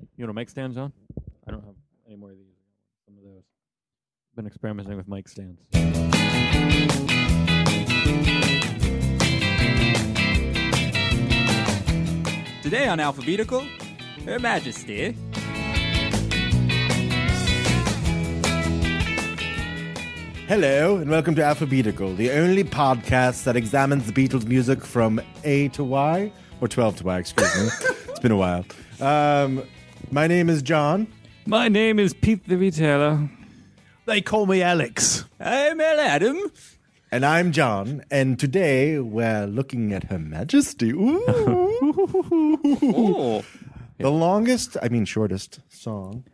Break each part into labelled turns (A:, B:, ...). A: You know what a mic stands on? I don't have any more of these. Some of those. Been experimenting with mic stands.
B: Today on Alphabetical, Her Majesty.
C: Hello, and welcome to Alphabetical, the only podcast that examines the Beatles' music from A to Y, or 12 to Y, excuse me. it's been a while. Um, my name is John.
A: My name is Pete the Retailer.
D: They call me Alex.
B: I'm El Adam.
C: And I'm John, and today we're looking at Her Majesty. Ooh.
B: Oh,
C: the longest, I mean, shortest song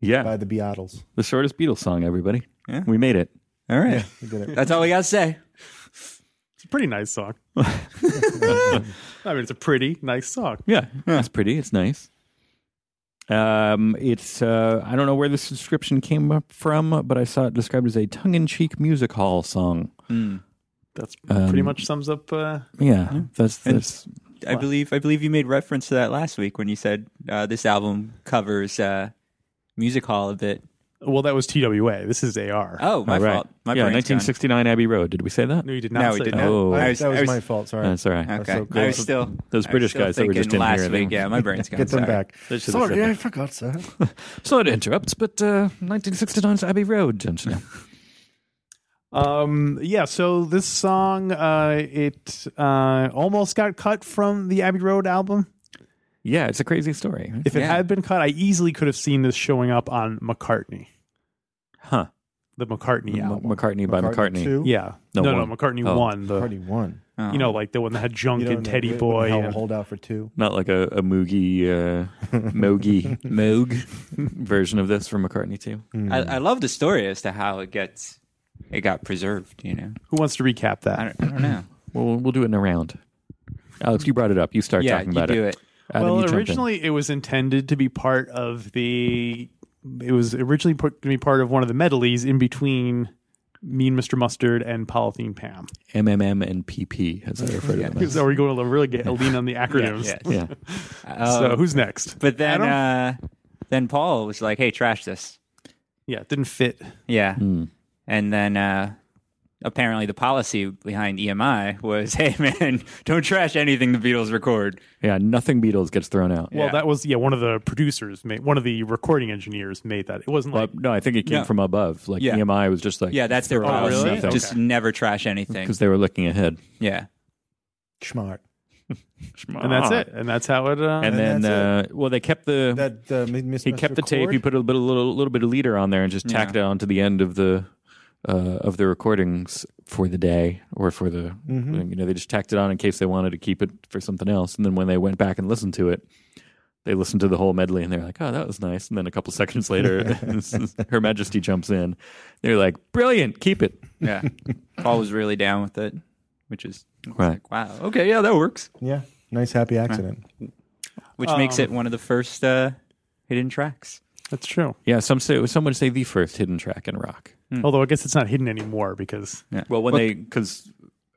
A: Yeah.
C: by the Beatles.
A: the shortest Beatles song, everybody.
B: Yeah.
A: We made it.
B: all right.
C: We did it.
B: That's all we got to say.
D: It's a pretty nice song. I mean, it's a pretty nice song.
A: Yeah, that's pretty. It's nice. Um, it's uh, I don't know where this description came up from, but I saw it described as a tongue-in-cheek music hall song.
D: That's pretty much sums up. Uh,
A: Yeah, that's that's
B: I believe I believe you made reference to that last week when you said uh, this album covers uh, music hall a bit.
D: well, that was TWA. This is AR.
B: Oh, my
A: all right.
B: fault. My
A: yeah,
B: brain's gone.
A: 1969 Abbey Road. Did we say that?
D: no, you did not.
B: No,
D: say
B: we did
D: that.
B: not.
A: Oh.
C: I-
B: I was-
C: that was,
B: I was-
C: my fault, sorry.
A: That's all right.
B: Okay,
C: so cool.
B: I was still
A: Those
B: I was
A: British
B: still
A: guys that were
B: thinking
A: just in
B: last
A: here, they-
B: Week. Yeah, my brain's gone.
C: Get them
B: sorry.
C: back.
A: They should have said
C: Sorry,
A: that.
C: I forgot, sir.
A: Sorry to interrupt, but uh, 1969's Abbey Road. don't you know?
D: Um, yeah, so this song, uh, it uh, almost got cut from the Abbey Road album.
A: yeah, it's a crazy story. right?
D: If it
B: Yeah.
D: had been cut, I easily could have seen this showing up on McCartney,
A: Huh.
D: the McCartney
A: M-
D: album.
A: McCartney by McCartney.
C: two.
D: yeah.
A: No,
D: No, no,
A: one.
D: McCartney
A: Oh.
D: one. The,
C: Party one.
B: Oh.
D: You know, like the one that had Junk
C: You
D: and
C: know,
D: Teddy
C: wouldn't
D: Boy.
C: hell
D: and-
C: Hold out for two.
A: Not like a, a Moogie, uh, Mogie, Moog version of this from McCartney too.
C: Hmm.
B: I, I love the story as to how it gets it got preserved. You know,
D: who wants to recap that?
B: I don't, I don't know.
A: Well, we'll do it in a round. Alex, you brought it up. You start
B: yeah,
A: talking
B: you
A: about
B: do
A: it.
B: it.
A: Adam, you
D: well,
A: jump in.
D: originally it was intended to be part of the. It was originally put to be part of one of the medleys in between Mean Mr. Mustard and Polythene Pam.
A: MMM and PP, as I refer to them. as.
D: So we're going to really get lean on the acronyms.
B: yes.
A: Yeah.
B: Um,
D: So who's next?
B: but then,
D: Adam?
B: uh, then Paul was like, "Hey, trash this."
D: yeah, it didn't fit.
B: Yeah, and then uh, apparently the policy behind EMI was, "Hey, man, don't trash anything the Beatles record."
A: Yeah, nothing Beatles gets thrown out.
D: Well, that was yeah. One of the producers made one of the recording engineers made that. It wasn't
A: Well,
D: like
A: no, I think it came
B: No.
A: from above. Like
B: Yeah.
A: EMI was just like
B: Yeah, that's their
A: throw out
B: policy.
D: really?
A: nothing.
B: Just
D: Okay.
B: never trash anything.
A: because they were looking ahead.
B: Yeah,
C: Schmart.
D: and that's it, and that's how it. Uh,
A: uh-huh. And, then,
C: And
A: uh,
C: that's
A: well, they kept the
C: That uh, Miss
A: he kept the tape. He put a little little, little bit of leader on there and just tacked it onto the end of the uh, of the recordings for the day or for the
C: Mm-hmm.
A: you know they just tacked it on in case they wanted to keep it for something else. And then when they went back and listened to it, they listened to the whole medley and they're like, "Oh, that was nice." And then a couple seconds later, this is- Her Majesty jumps in. They're like, "Brilliant, keep it."
B: yeah. Paul was really down with it, which is
A: Right.
B: wow. Okay, yeah, that works.
C: Mm-hmm. Yeah, nice happy accident.
B: Which makes it one of the first uh, hidden tracks.
D: that's true.
A: Yeah, some say some would say the first hidden track in rock.
D: Although I guess it's not hidden anymore because
A: Well, when they because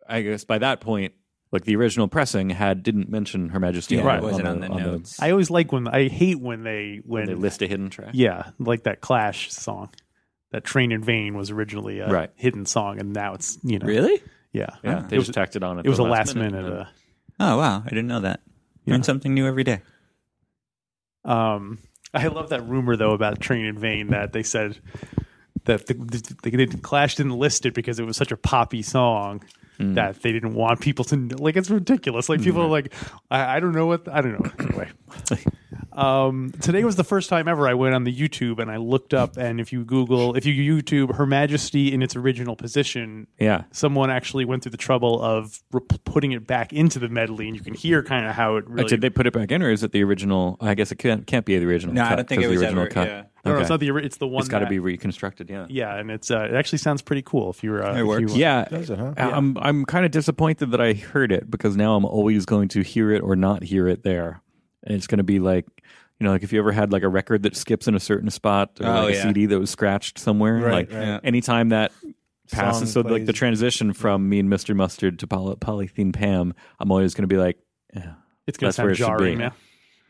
A: I guess by that point, like the original pressing had didn't mention Her Majesty.
B: Yeah,
A: on
B: it
A: the-
B: wasn't on
A: the-
B: the,
A: the-
B: notes.
D: I always like when I hate when they when
A: they list a hidden track.
D: Yeah, like that Clash song. That Train in Vain was originally a
A: Right.
D: hidden song, and now it's, you know.
B: really?
D: Yeah.
A: Yeah, they
D: It
A: just
D: was,
A: tacked it on. At
D: it was
A: the
D: a last minute. uh,
A: and then-
B: Oh wow, I didn't know that. Learn something new every day.
D: uh, um, I love that rumor, though, about Train in Vain that they said that the, the, they didn't- Clash didn't list it because it was such a poppy song. That they didn't want people to kn- like. It's ridiculous. Like people are like, I, I don't know what I don't know. Anyway, um, today was the first time ever I went on the YouTube and I looked up. And if you Google, if you YouTube Her Majesty in its original position,
A: yeah,
D: someone actually went through the trouble of re- putting it back into the medley, and you can hear kind of how it really.
A: Like, Oh, did they put it back in, or is it the original? I guess it can't can't be the original.
B: No, I
A: cut,
B: don't think
A: 'cause
B: it was
A: the original
B: ever-
A: cut.
B: yeah.
D: No, no, it's
A: Okay.
D: not the. ori- It's the one.
A: it's got to
D: that-
A: be reconstructed. Yeah,
D: Yeah, and it's uh, it actually sounds pretty cool if you're. Uh, if you
B: works.
D: want-
A: yeah.
C: Does it, huh?
A: I- Uh, I'm I'm kind of disappointed that I heard it because now I'm always going to hear it or not hear it there, and it's going to be like. You know, like if you ever had like a record that skips in a certain spot, or
B: Oh,
A: like a
B: yeah.
A: CD that was scratched somewhere,
C: Right,
A: like
C: right.
B: Yeah.
A: anytime that passes, so
C: Song
A: like the
C: plays.
A: transition from me and Mr. Mustard to poly- Polythene Pam, I'm always going to be like, yeah,
D: it's gonna
A: that's where it
D: sound
A: should be.
D: jarring now.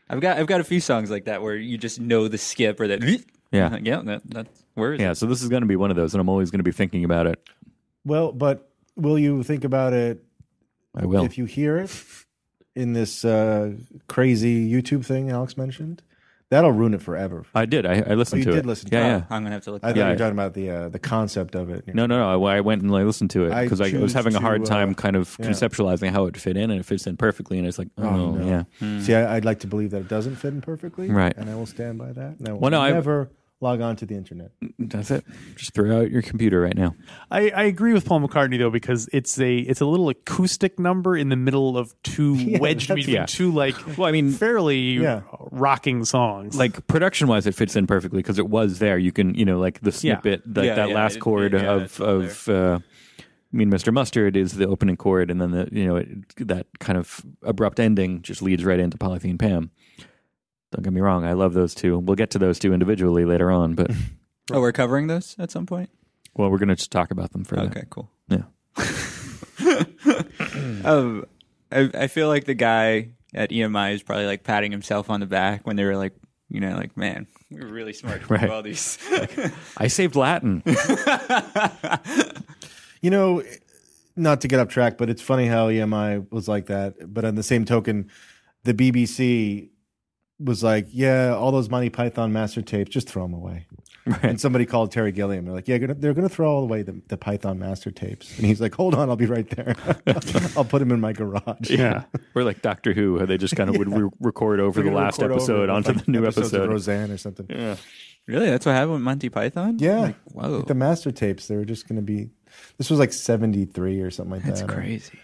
B: I've got I've got a few songs like that where you just know the skip or that.
A: Yeah.
B: yeah, that, that's where is it?
A: Yeah, so this is going to be one of those, and I'm always going to be thinking about it.
C: Well, but will you think about it
A: I will.
C: if you hear it in this uh, crazy YouTube thing Alex mentioned? That'll ruin it forever.
A: I did. I, I listened
C: you
A: to it.
C: did listen to
A: yeah,
C: it.
A: Yeah,
B: Uh, I'm gonna have to look.
C: I thought
B: that
C: you
B: up.
C: were talking about the uh, the concept of it.
A: No, no, no. I, I went and I listened to it
C: I
A: because I,
C: choose
A: was having a hard
C: to, uh,
A: time kind of
C: yeah.
A: conceptualizing how it fit in, and it fits in perfectly. And it's like, oh,
C: no.
A: yeah.
C: Hmm. See, I, I'd like to believe that it doesn't fit in perfectly,
A: Right.
C: And I will stand by that. And I will
A: Well, no, I-
C: never log on to the internet.
A: That's it. Just throw out your computer right now.
D: I, I agree with Paul McCartney though because it's a it's a little acoustic number in the middle of two wedged
C: that's-
D: between
A: yeah.
D: two like
A: Well, I mean,
D: fairly
C: Yeah.
D: rocking songs.
A: like production wise, it fits in perfectly because it was there. You can, you know, like the
D: Yeah.
A: snippet, like
B: Yeah,
A: that
B: yeah,
A: last
B: it-
A: chord
B: yeah,
A: of
B: it's all
A: of. Uh, I mean, Mr. Mustard is the opening chord, and then the you know it, that kind of abrupt ending just leads right into Polythene Pam. Don't get me wrong, I love those two. We'll get to those two individually later on, but
B: Oh, we're covering those at some point.
A: well, we're going to just talk about them further.
B: Okay, cool.
A: Yeah.
B: um, I, I feel like the guy at EMI is probably like patting himself on the back when they were like, you know, like, man, we were really smart to
A: Right.
B: all these.
A: I saved Latin.
C: You know, not to get off track, but it's funny how EMI was like that. But on the same token, the BBC was like, yeah, all those Monty Python master tapes, just throw them away. And somebody called Terry Gilliam. They're like, yeah, gonna- they're going to throw away the, the Python master tapes. And he's like, hold on, I'll be right there. I'll put them in my garage.
D: yeah.
A: We're like Doctor Who. They just kind of would re- record over
C: We're
A: the
C: gonna
A: last
C: record over
A: episode
C: with,
A: onto
C: like,
A: the new
C: episodes of
A: episode.
C: Roseanne or something.
B: really? That's what happened with Monty Python?
C: Yeah.
B: Like, whoa.
C: Like the master tapes, they were just going to be. This was like 73 or something like
B: that's
C: that.
B: crazy.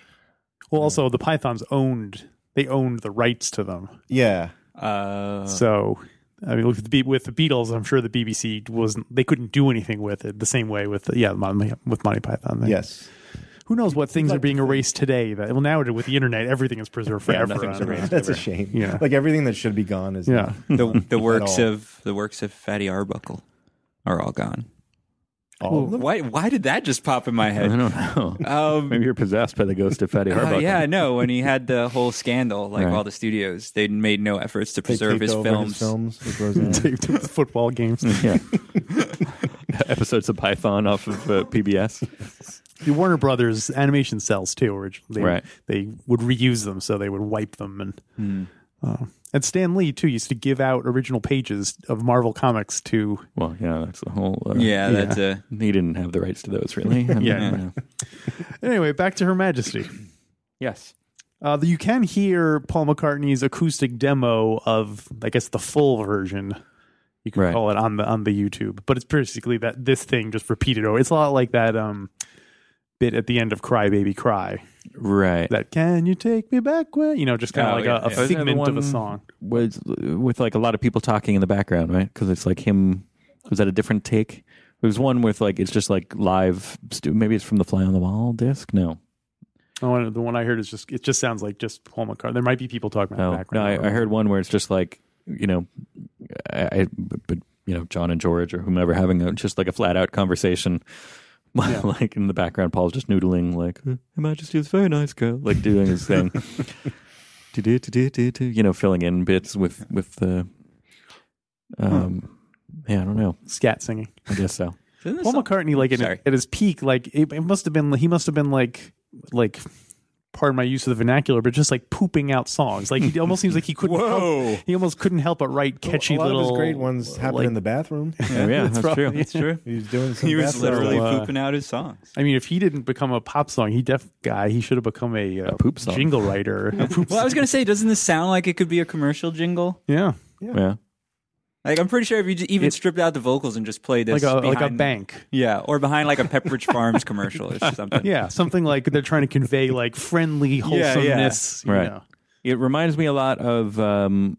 D: Well, also the Pythons owned they owned the rights to them.
C: Yeah.
B: Uh,
D: So I mean, with the, Be- with the Beatles, I'm sure the BBC wasn't they couldn't do anything with it the same way with yeah Mon- with Monty Python. Thing.
C: Yes.
D: Who knows what things are being erased today? That well now with the internet, everything is preserved
A: Yeah,
D: forever.
A: nothing's
D: on-
A: erased.
C: That's a shame.
D: Yeah.
C: Like everything that should be gone is.
D: Yeah.
B: the, the works
C: all.
B: of the works of Fatty Arbuckle are all gone.
C: All of them.
B: Why? Why did that just pop in my
A: I
B: head?
A: don't know.
B: Um,
A: Maybe you're possessed by the ghost of Fatty
B: Uh,
A: Arbuckle.
B: yeah, I know. When he had the whole scandal, like
A: Right.
B: all the studios, they made no efforts to
C: They
B: preserve
C: taped
B: his
C: over
B: films.
C: films with Roseanne.
D: Taped with football games.
A: yeah. Episodes of Python off of uh, PBS.
D: The Warner Brothers animation cells too. Originally, they,
A: Right. Hmm.
D: they would reuse them, so they would wipe them and. uh, and Stan Lee too used to give out original pages of Marvel comics to
A: Well, yeah, that's the whole. Uh,
B: Yeah, that's a
A: He didn't have the rights to those, really. I mean, uh,
D: Yeah.
A: you know.
D: Anyway, back to Her Majesty.
A: Yes.
D: Uh, you can hear Paul McCartney's acoustic demo of, I guess, the full version. You can
A: Right.
D: call it on the on the YouTube, but it's basically that this thing just repeated over. It's a lot like that um, bit at the end of "Cry Baby Cry."
A: Right.
D: That "Can you take me back?" Where you know, just kind of
B: Oh,
D: like
B: yeah,
D: a, a
B: yeah.
A: Isn't that the
D: figment of
A: one
D: a song.
A: Was with like a lot of people talking in the background, right? Because it's like him. Was that a different take? There's one with like it's just like live. Stu- maybe it's from the Fly on the Wall disc. No,
D: The one, the one I heard is just it just sounds like just Paul McCartney. There might be people talking about
A: no, Oh,
D: the
A: no.
D: background.
A: I, I heard one where it's just like you know, I, I but, but you know John and George or whomever having a, just like a flat out conversation. like in the background, Paul's just noodling, like "Uh, "Her Majesty is a very nice girl," like doing his thing. Do-do, do-do, do-do, You know, filling in bits with with the. Um, yeah, I don't know.
D: scat singing.
A: I guess so.
B: isn't this
D: Paul
B: some-
D: McCartney, like in,
B: Sorry.
D: at his peak, like it, it must have been, he must have been like, like, pardon my use of the vernacular, but just like pooping out songs. Like he almost seems like he couldn't.
B: Whoa.
D: Help, he almost couldn't help but write catchy
C: a lot
D: little. uh,
C: of his great ones happened
D: like-
C: in the bathroom.
A: Yeah, that's, true.
D: probably-
B: It's true.
C: He was doing some
B: He was
C: bathroom
B: literally
D: uh,
B: pooping out his songs.
D: I mean, if he didn't become a pop song, he def guy, he should have become a, uh,
A: poop song.
D: jingle writer. A poop
B: Well, I was gonna say, doesn't this sound like it could be a commercial jingle?
D: yeah,
A: Yeah.
B: Like, I'm pretty sure if you ju- even stripped out the vocals and just played
D: like
B: this,
D: a like a
B: behind-
D: bank.
B: yeah, or behind like a Pepperidge Farms commercial or something.
D: Yeah, something like they're trying to convey like friendly
B: yeah.
D: wholesomeness. you
A: Right.
D: know.
A: It reminds me a lot of um,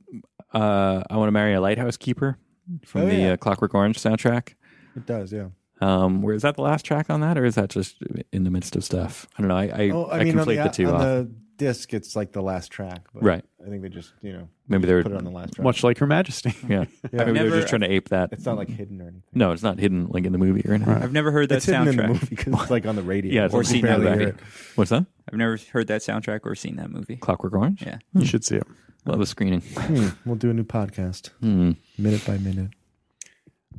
A: uh, "I Want to Marry a Lighthouse Keeper" from
C: Oh,
A: the
C: yeah.
A: uh, Clockwork Orange soundtrack.
C: It does, yeah.
A: Um, where is that the last track on that, or is that just in the midst of stuff? I don't know. I I,
C: Oh, I,
A: I
C: mean, on
A: conflate
C: the,
A: the, two.
C: on
A: off.
C: the disc, it's like the last track. But
A: Right.
C: I think they just, you know,
A: Maybe they were
C: put it on the last track.
D: Much like Her Majesty.
A: yeah. Maybe they were
B: Never- uh,
A: just trying to ape that.
C: It's not like hidden or anything.
A: No, it's not hidden like in the movie or anything.
B: I've never heard that
C: It's hidden in the
B: soundtrack.
C: movie because it's like on the radio.
A: Yeah, it's
B: Or
A: like you
B: seen that
A: barely
B: movie.
A: hear it. What's that?
B: I've never heard that soundtrack or seen that movie.
A: Clockwork Orange.
B: Yeah.
D: You should see it.
A: Love a screening.
C: Hmm, we'll do a new podcast,
A: Hmm.
C: minute by minute.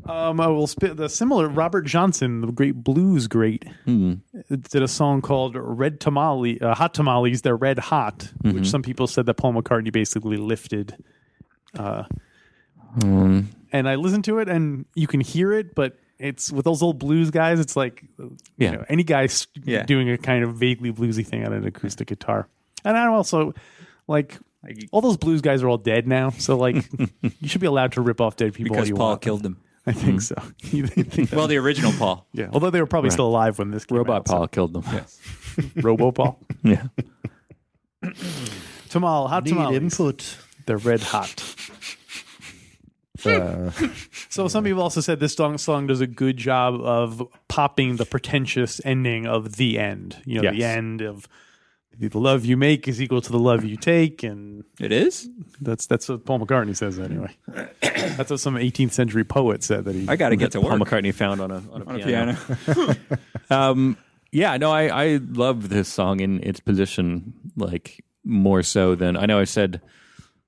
D: Um, I will spit the similar Robert Johnson, the great blues great,
A: Hmm.
D: did a song called "Red Tamale," uh, "Hot Tamales." They're red hot,
B: Mm-hmm.
D: which some people said that Paul McCartney basically lifted. Uh,
B: Hmm.
A: Um,
D: and I listened to it, and you can hear it, but it's with those old blues guys. It's like,
A: Yeah.
D: you know, any guy s-
B: Yeah.
D: doing a kind of vaguely bluesy thing on an acoustic guitar. And I also like
B: Like-
D: all those blues guys are all dead now, so like you should be allowed to rip off dead people all
B: because
D: you
B: Paul
D: want.
B: killed them.
D: I think so. You think that-
B: Well, the original Paul.
D: yeah, although they were probably still alive when this came
A: Robot
D: out, so-
A: Paul killed them.
D: Robo Paul,
A: Yeah.
D: Tamal, hot tamales.
C: input.
D: They're red hot.
C: Uh,
D: So some people also said this song song does a good job of popping the pretentious ending of the end. You know, the
A: Yes.
D: end of the love you make is equal to the love you take, and
B: It is.
D: that's that's what Paul McCartney says anyway. that's what some 18th century poet said that he.
B: I got to get to
A: Paul
B: work
A: McCartney found on a on a
B: on a
A: piano.
B: piano.
A: Um, yeah, no, I, I love this song in its position, like more so than I know. I said,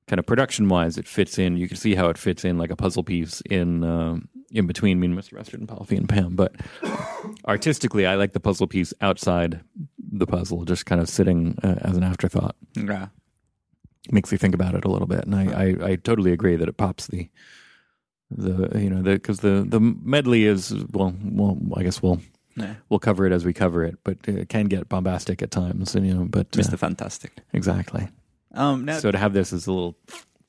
A: kind of production wise, it fits in. You can see how it fits in like a puzzle piece in uh, in between me and Mr. Mustard and Polly and Pam. But artistically, I like the puzzle piece outside the puzzle, just kind of sitting uh, as an afterthought.
B: yeah.
A: Makes you think about it a little bit, and I, I, I totally agree that it pops the the you know the because the the medley is well well I guess we'll
B: yeah.
A: we'll cover it as we cover it, but it can get bombastic at times. And you know, but uh,
B: Mr. Fantastic.
A: exactly.
B: Um, now,
A: so to have this as a little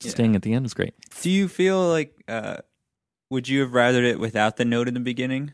A: sting at the end is great.
B: do you feel like uh, would you have rathered it without the note in the beginning?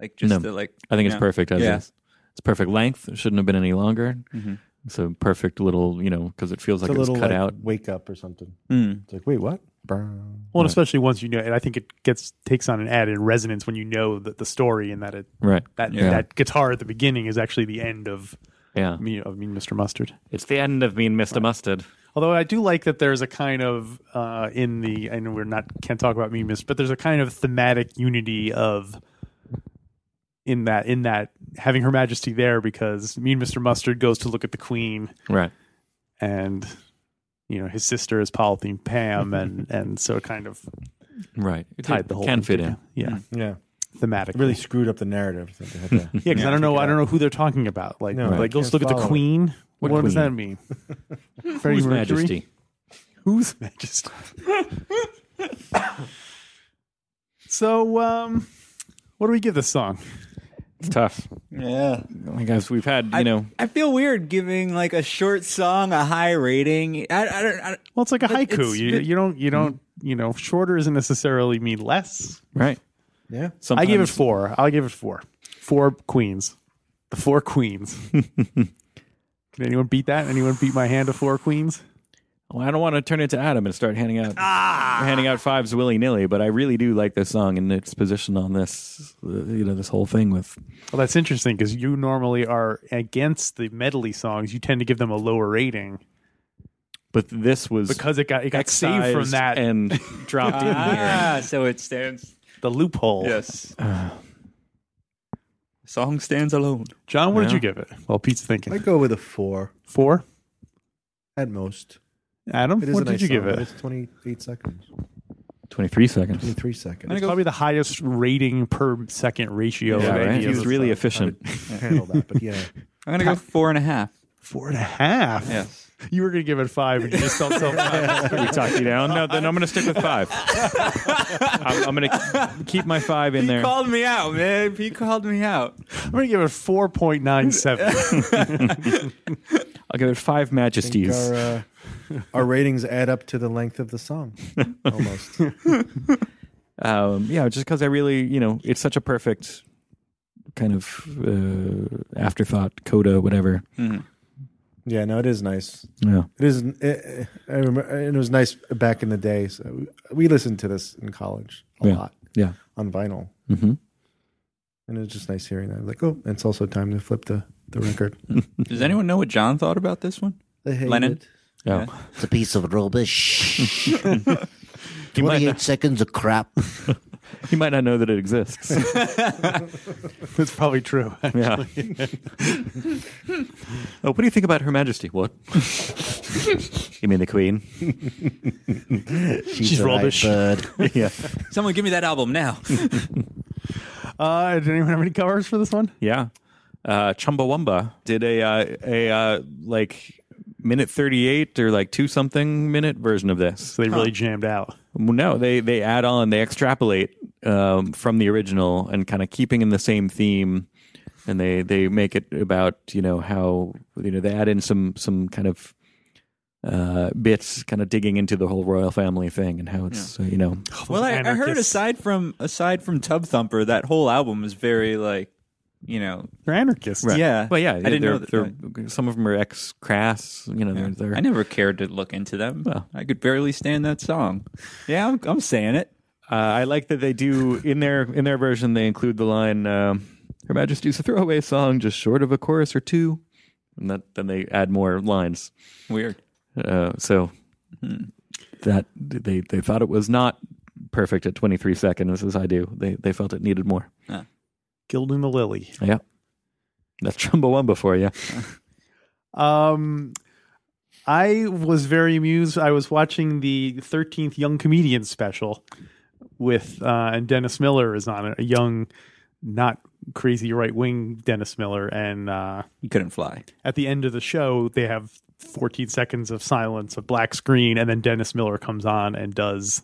B: Like just
A: No.
B: the like.
A: I think it's
B: no.
A: perfect as
B: Yeah.
A: is. It's perfect length. It shouldn't have been any longer.
B: Mhm.
A: It's a perfect little, you know, because it feels
C: it's
A: like it
C: a
A: was
C: little
A: cut
C: like,
A: out.
C: wake up or something.
B: Mm.
C: It's like, wait, what? Brown.
D: well, and especially once you know, and I think it gets takes on an added resonance when you know that the story and that it
A: Right.
D: that
A: Yeah.
D: that guitar at the beginning is actually the end of
A: Yeah.
D: me of Mean Mr. Mustard.
A: It's the end of me and Mr. Mustard.
D: Although I do like that there's a kind of uh, in the and we're not can't talk about memes, but there's a kind of thematic unity of in that in that having Her Majesty there because Mean Mr. Mustard goes to look at the Queen
A: Right.
D: and you know his sister is Polythene Pam and and so it kind of
A: Right. It,
D: tied the whole
A: can
D: thing
A: fit in. Hmm.
D: together. yeah
C: Yeah,
D: thematic
C: it really screwed up the narrative. I think they had to-
D: yeah because I don't know
C: figure
D: I don't
C: out.
D: know who they're talking about like
C: No,
D: like
C: I
D: let's
C: can't
D: look at the
C: follow it.
D: Queen what,
A: What
D: does
A: queen?
D: that mean Freddie
A: Whose
D: Mercury?
A: Majesty?
D: Whose majesty? so, um, what do we give this song?
A: It's tough.
B: Yeah.
A: I guess we've had, you
B: I
A: know,
B: I feel weird giving like a short song a high rating. I, I don't. I, don't-
D: Well, it's like a
B: But
D: haiku.
B: it's-
D: You, you don't, you don't, you know, shorter doesn't necessarily mean less.
A: right.
C: Yeah,
A: Sometimes,
D: I give it four. I'll give it four. Four queens. The four queens. Can anyone beat that? Anyone beat my hand to four queens?
A: Well, I don't want to turn it to Adam and start handing out handing out fives willy nilly, but I really do like this song and its position on this, uh, you know, this whole thing with
D: Well, that's interesting because you normally are against the medley songs. You tend to give them a lower rating
A: but this was
D: because it got it got saved from
A: excised
D: that
A: and dropped in here.
B: ah, so it stands.
D: the loophole.
B: Yes. song stands alone.
D: John, what did
A: Yeah.
D: you give it? Well, Pete's thinking
C: I go with a four
D: four.
C: at most.
D: Adam,
C: It is
D: what
C: a
D: did
C: nice
D: you give
C: song, but
D: it?
C: It's twenty-eight seconds,
A: 23 seconds.
C: twenty-three seconds.
D: It's probably the highest rating per second ratio.
A: Yeah,
D: of
A: right?
D: any
A: He
D: of
A: was
D: the-
A: really efficient.
C: handle that, but yeah,
B: I'm gonna go four and a half.
D: four and a half.
B: Yes.
D: You were gonna give it five, and you just felt so bad.
A: we talked you down. No, then I'm going to stick with five. I'm, I'm going to keep my five in there.
B: Called me out, man. He called me out.
D: I'm gonna give it four point nine seven.
A: I'll give it five
C: I think
A: majesties.
C: our, uh, our ratings add up to the length of the song, almost.
A: Um, yeah, just because I really, you know, it's such a perfect kind of uh, afterthought, coda, whatever.
C: yeah, no, it is nice.
A: Yeah.
C: It is. It, I remember, and it was nice back in the day. So we listened to this in college a
A: Yeah.
C: lot
A: Yeah.
C: on vinyl,
A: Mm-hmm.
C: and it's just nice hearing that. Like, oh, it's also time to flip the the record.
B: Does anyone know what John thought about this one?
E: I hate
B: Lennon?
E: it.
A: Yeah.
E: It's a piece of rubbish. 28 seconds of crap.
A: He might not know that it exists.
D: That's probably true.
A: Yeah. oh, what do you think about Her Majesty? What? you mean the Queen?
C: She's,
D: She's
C: the
D: rubbish.
C: Right bird.
A: yeah.
B: Someone give me that album now.
D: Uh, did anyone have any covers for this one?
A: Yeah. Uh, Chumbawamba did a uh, a uh, like minute 38 or like two something minute version of this.
D: So they really jammed out.
A: No, they they add on, they extrapolate um, from the original and kind of keeping in the same theme, and they they make it about you know how you know they add in some some kind of uh, bits, kind of digging into the whole royal family thing and how it's uh, you know
B: well, I, I heard
D: Anarchists.
B: aside from aside from Tub Thumper, that whole album is very like, you know,
D: They're anarchists.
B: yeah.
A: Well, yeah,
B: I didn't
A: they're-
B: know that.
A: they're- Some of them are ex crass, you know. They're, they're,
B: I never cared to look into them.
A: Well.
B: I could barely stand that song. Yeah, I'm, I'm saying it.
A: Uh, I like that they do in their in their version. They include the line um, "Her Majesty's a throwaway song, just short of a chorus or two. and that, then they add more lines.
B: Weird.
A: Uh, so that they they thought it was not perfect at 23 seconds, as I do. They they felt it needed more.
D: Gilding the Lily.
A: Yeah, that's Chumbawamba for you.
D: Um, I was very amused. I was watching the 13th Young Comedian special with, uh, and Dennis Miller is on it, a young, not crazy right wing Dennis Miller. And uh,
B: You couldn't fly.
D: at the end of the show, they have 14 seconds of silence, a black screen, and then Dennis Miller comes on and does.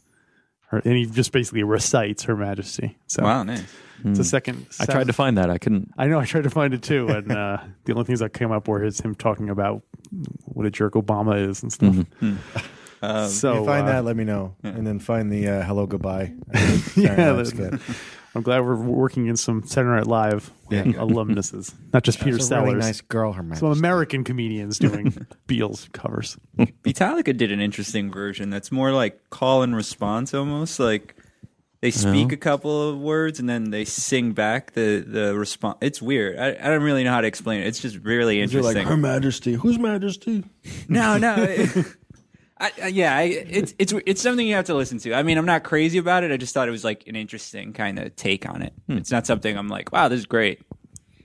D: Her, and he just basically recites Her Majesty. So
B: Wow, nice.
D: it's a second.
A: Hmm. I tried to find that. I couldn't.
D: I know. I tried to find it too, and uh, the only things that came up were his him talking about what a jerk Obama is and stuff. so
C: If Hmm. you find
D: uh,
C: that, let me know, and then find the uh, hello goodbye.
D: yeah,
C: that's
D: that-
C: good.
D: I'm glad we're working in some Saturday Night Live alumnuses, not just Peter
C: It's a
D: Sellers.
C: really nice girl, her
D: Some American comedians doing Beals covers.
B: Metallica did an interesting version that's more like call and response almost like
A: Oh.
B: they speak a couple of words and then they sing back the the response. It's weird. I, I don't really know how to explain it. It's just really
C: You're like
B: interesting.
C: Her Majesty. Whose Majesty?
B: no, no. it- I, I- yeah, I, it's it's it's something you have to listen to. I mean, I'm not crazy about it. I just thought it was like an interesting kind of take on it. It's not something I'm like, wow, this is great.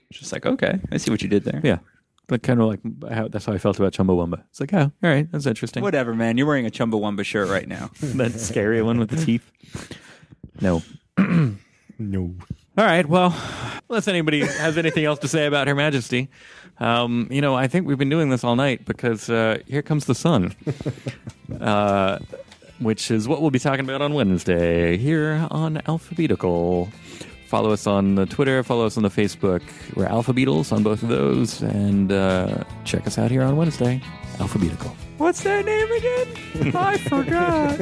B: It's just like, okay, I see what you did there.
A: Yeah, but kind of like how, that's how I felt about Chumbawamba. It's like, oh, all right, that's interesting.
B: Whatever, man. You're wearing a Chumbawamba shirt right now.
A: that scary one with the teeth. No.
C: No.
A: All right. Well, unless anybody has anything else to say about Her Majesty, um, you know, I think we've been doing this all night because uh, here comes the sun, uh, which is what we'll be talking about on Wednesday here on Alphabetical. Follow us on the Twitter. Follow us on the Facebook. We're Alphabetals on both of those, and uh, check us out here on Wednesday. Alphabetical.
B: What's that name again? I forgot.